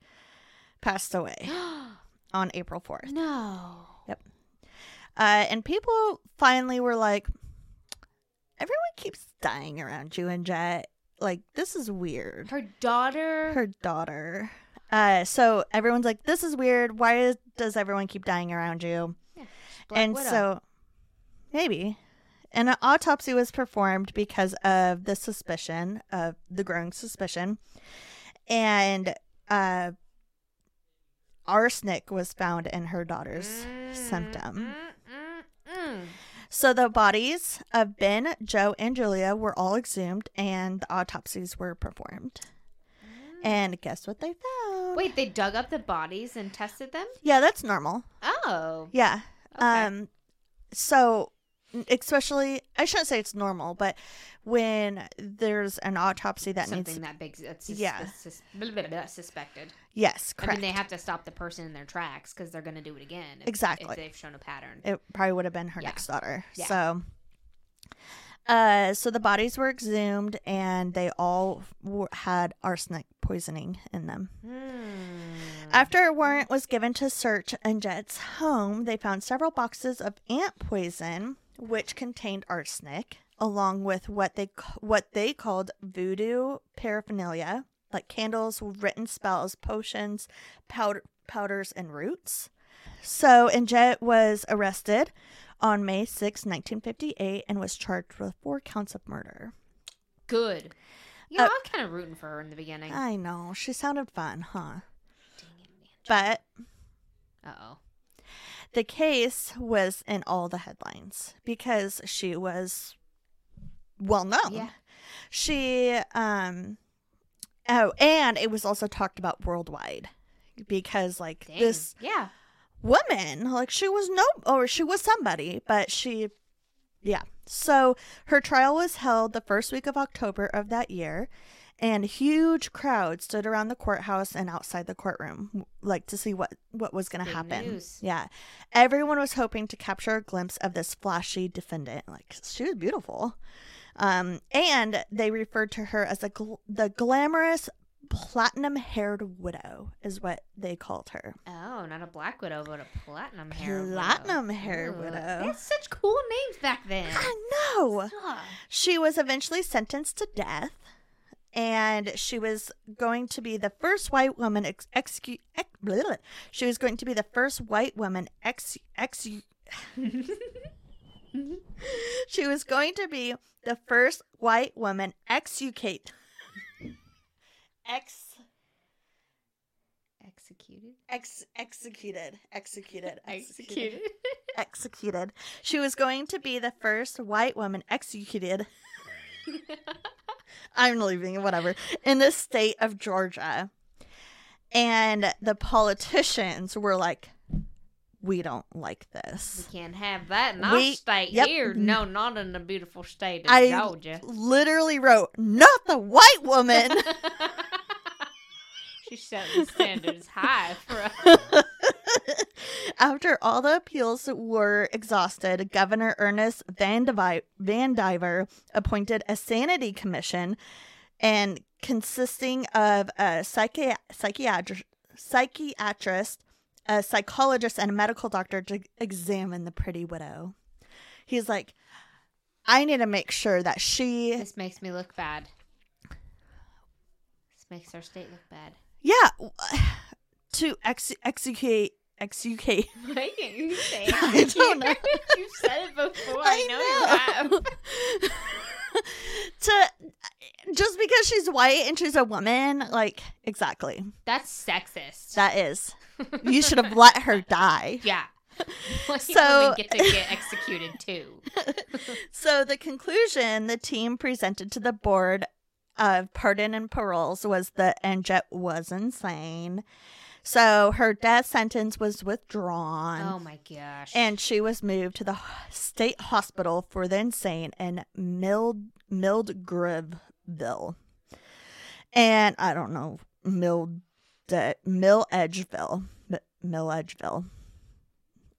passed away
Oh.
on April 4th.
No.
Uh, and people finally were like, everyone keeps dying around you and Jet. Like, this is weird.
Her daughter.
Her daughter. Uh, so everyone's like, this is weird. Why is, does everyone keep dying around you?
Black
and
Widow.
so, maybe. And an autopsy was performed because of the suspicion of the growing suspicion. And uh, arsenic was found in her daughter's
Mm-hmm.
symptom.
Mm, mm, mm.
So the bodies of Ben, Joe, and Julia were all exhumed and the autopsies were performed. And guess what they found?
Mm. Wait, they dug up the bodies and tested them?
Yeah, that's normal.
Oh.
Yeah.
Okay.
Um so especially I shouldn't say it's normal, but when there's an autopsy that
Something
needs
that big. That's sus-
Yeah.
that's sus- blah, blah, blah, suspected.
Yes, correct.
I mean, they have to stop the person in their tracks because they're going to do it again. if-
Exactly.
If they've shown a pattern.
it probably would have been her
Yeah.
next daughter.
Yeah.
So uh so the bodies were exhumed and they all w- had arsenic poisoning in them.
Hmm.
After a warrant was given to search Anjette's home, they found several boxes of ant poison, which contained arsenic, along with what they ca- what they called voodoo paraphernalia, like candles, written spells, potions, powder, powders, and roots. So Anjette was arrested on May 6, 1958, and was charged with four counts of murder.
Good. You know,
Uh,
I'm kind of rooting for her in the beginning.
I know she sounded fun, huh?
Dang it, man.
But
Uh oh.
the case was in all the headlines because she was well known.
Yeah.
She um oh, and it was also talked about worldwide because like
Dang.
this
Yeah.
woman, like she was no or she was somebody, but she yeah. So her trial was held the first week of October of that year and huge crowds stood around the courthouse and outside the courtroom like to see what what was going to
Big
happen.
news.
Yeah. Everyone was hoping to capture a glimpse of this flashy defendant. Like she was beautiful. Um and they referred to her as a gl- the glamorous platinum haired widow, is what they called her.
Oh, not a black widow, but a platinum hair. widow.
Platinum hair
Ooh,
widow.
They had such cool names back then.
I know.
Ugh.
She was eventually sentenced to death, and she was going to be the first white woman ex- execu- ex- bleh. She was going to be the first white woman ex ex. she was going to be the first white woman execute. ex
Executed.
ex executed executed
Executed.
executed. She was going to be the first white woman executed. I'm leaving, whatever, in the state of Georgia. And the politicians were like, we don't like
we
this.
can't have that in our
We-
state
yep.
here. No, not in the beautiful state of
I
Georgia.
literally wrote, not the white woman.
She's setting the standards high for us.
After all the appeals were exhausted, Governor Ernest Van Divi- Van Diver appointed a sanity commission and consisting of a psychi- psychiatrist, psychiatrist, a psychologist, and a medical doctor to examine the pretty widow. He's like, I need to make sure that she,
This makes me look bad. This makes our state look bad.
yeah, to ex- execute, execute.
Why can't you say it?
I don't know.
You've said it before. I,
I
know, you have.
to just because she's white and she's a woman, like exactly.
That's sexist.
That is. You should have let her die.
yeah. Black
So-
women get to get executed too.
So the conclusion the team presented to the board of pardon and paroles was that Anjet was insane. So her death sentence was withdrawn.
Oh my gosh.
and she was moved to the h- state hospital for the insane in Mild Mildgreville, and I don't know Mild Mill Edgeville, Mill Edgeville,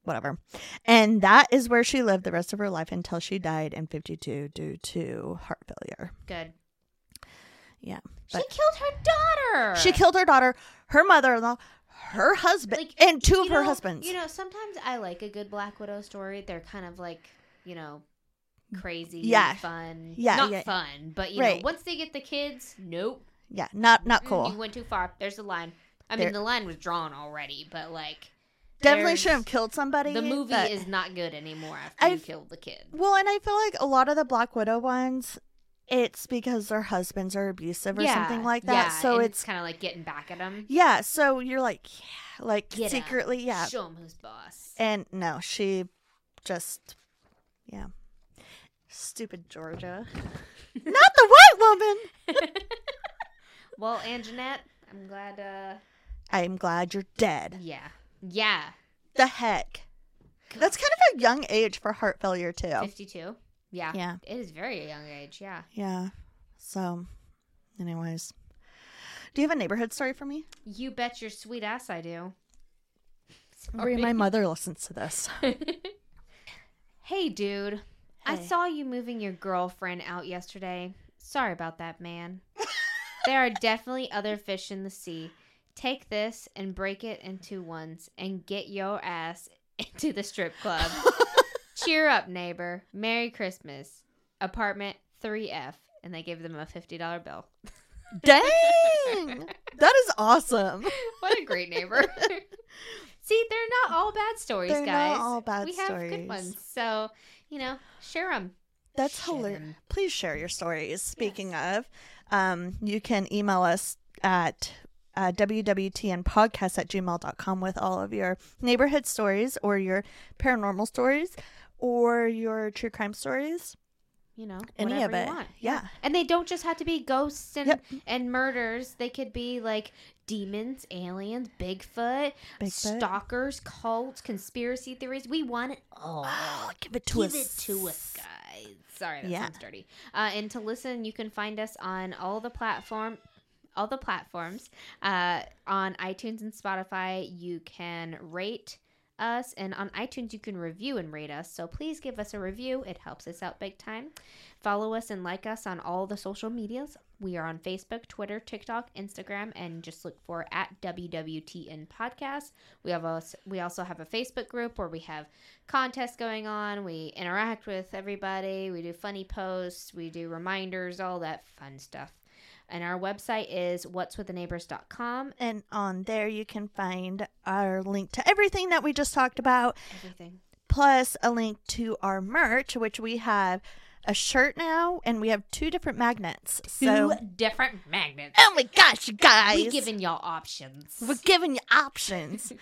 whatever. And that is where she lived the rest of her life until she died in fifty two due to heart failure.
good.
Yeah,
She
but-
killed her daughter.
she killed her daughter, her mother in law, her husband,
Like,
and two of
You
her
know-
husbands.
You know, sometimes I like a good Black Widow story. They're kind of like, you know, crazy,
Yeah.
fun.
Yeah,
Not
yeah.
fun, but you know,
Right.
once they get the kids, nope.
yeah, not not
Mm,
cool.
You went too far. There's the line. I
There-
mean, the line was drawn already, but like
Definitely
there's-
should have killed somebody.
The movie
but-
is not good anymore after you
I've-
killed the kid.
Well, and I feel like a lot of the Black Widow ones, it's because their husbands are abusive or something like that.
yeah,
so
and
it's,
kind of like getting back at him.
yeah. So you're like, yeah, like
Get 'em.
secretly, yeah.
Show him who's boss.
And no, she just, yeah. Stupid Georgia. Not the white woman.
well, and Jeanette, I'm glad. uh
I'm glad you're dead.
Yeah, yeah,
The heck. That's kind of a young age for heart failure too.
fifty-two. Yeah,
Yeah.
It is very young age. Yeah,
Yeah. So, anyways, do you have a neighborhood story for me?
you bet your sweet ass I do.
Or my mother listens to this.
Hey, dude. I
Hey.
saw you moving your girlfriend out yesterday. Sorry about that, man. there are definitely other fish in the sea. Take this and break it into ones and get your ass into the strip club. Cheer up, neighbor. Merry Christmas. Apartment 3F. And they gave them a $50 bill.
Dang! that is awesome.
What a great neighbor. See, they're not all bad stories,
They're not
guys.
all bad
we have good
stories.
ones. So, you know, share them.
That's
Share
hilarious.
'em.
Please share your stories. Speaking of, um, you can email us at uh, wwtnpodcast at gmail.com with all of your neighborhood stories or your paranormal stories or your true crime stories.
You know,
Any
whatever
of it.
you want.
Yeah.
And they don't just have to be ghosts and,
Yep.
and murders. They could be like demons, aliens, Bigfoot,
Bigfoot.
stalkers, cults, conspiracy theories. We want it all.
Oh, give it to
Give
us.
it to us, guys. Sorry, that
Yeah.
sounds dirty. Uh, and to listen, you can find us on all the platform, all the platforms, uh, on iTunes and Spotify. You can rate us, and on iTunes you can review and rate us. So please give us a review; it helps us out big time. Follow us and like us on all the social medias. We are on Facebook, Twitter, TikTok, Instagram, and just look for at WWTN Podcast. We have a, we also have a Facebook group where we have contests going on. We interact with everybody. We do funny posts. We do reminders, all that fun stuff. And our website is what'swiththeneighbors.com.
And on there, you can find our link to everything that we just talked about,
Everything.
plus a link to our merch, which we have a shirt now and we have two different magnets. So,
Two different magnets.
oh my gosh, you guys.
We giving y'all options.
We're giving you options.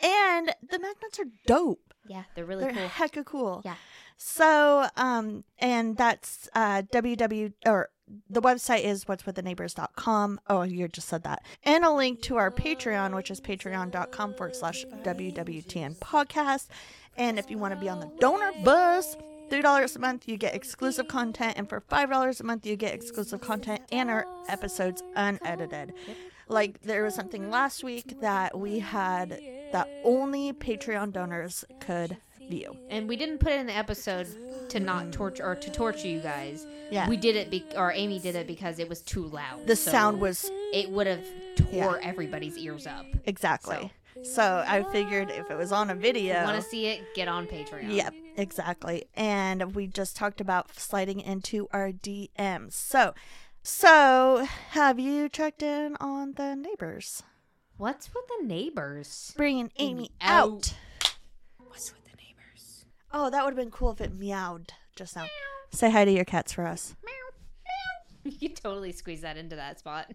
and the magnets are dope.
Yeah, they're really
They're
cool.
hecka cool.
Yeah.
So, um, and that's uh, www or the website is what's with the neighbors.com. Oh, you just said that. And a link to our Patreon, which is patreon.com forward slash WWTN podcast. And if you want to be on the donor bus, $3 a month, you get exclusive content. And for $5 a month, you get exclusive content and our episodes unedited. Like there was something last week that we had that only Patreon donors could view.
And we didn't put it in the episode to not torture or to torture you guys.
Yeah.
We did it, be- or Amy did it because it was too loud.
The
So
sound was
It would have tore
Yeah.
everybody's ears up.
exactly. So I figured if it was on a video,
Want to see it? Get on Patreon.
Yep, exactly. And we just talked about sliding into our DMs. So, so have you checked in on the neighbors?
What's with the neighbors?
Bringing Amy
Out.
out.
What's with the neighbors?
Oh, that would have been cool if it meowed just now. Say hi to your cats for us.
you totally squeeze that into that spot.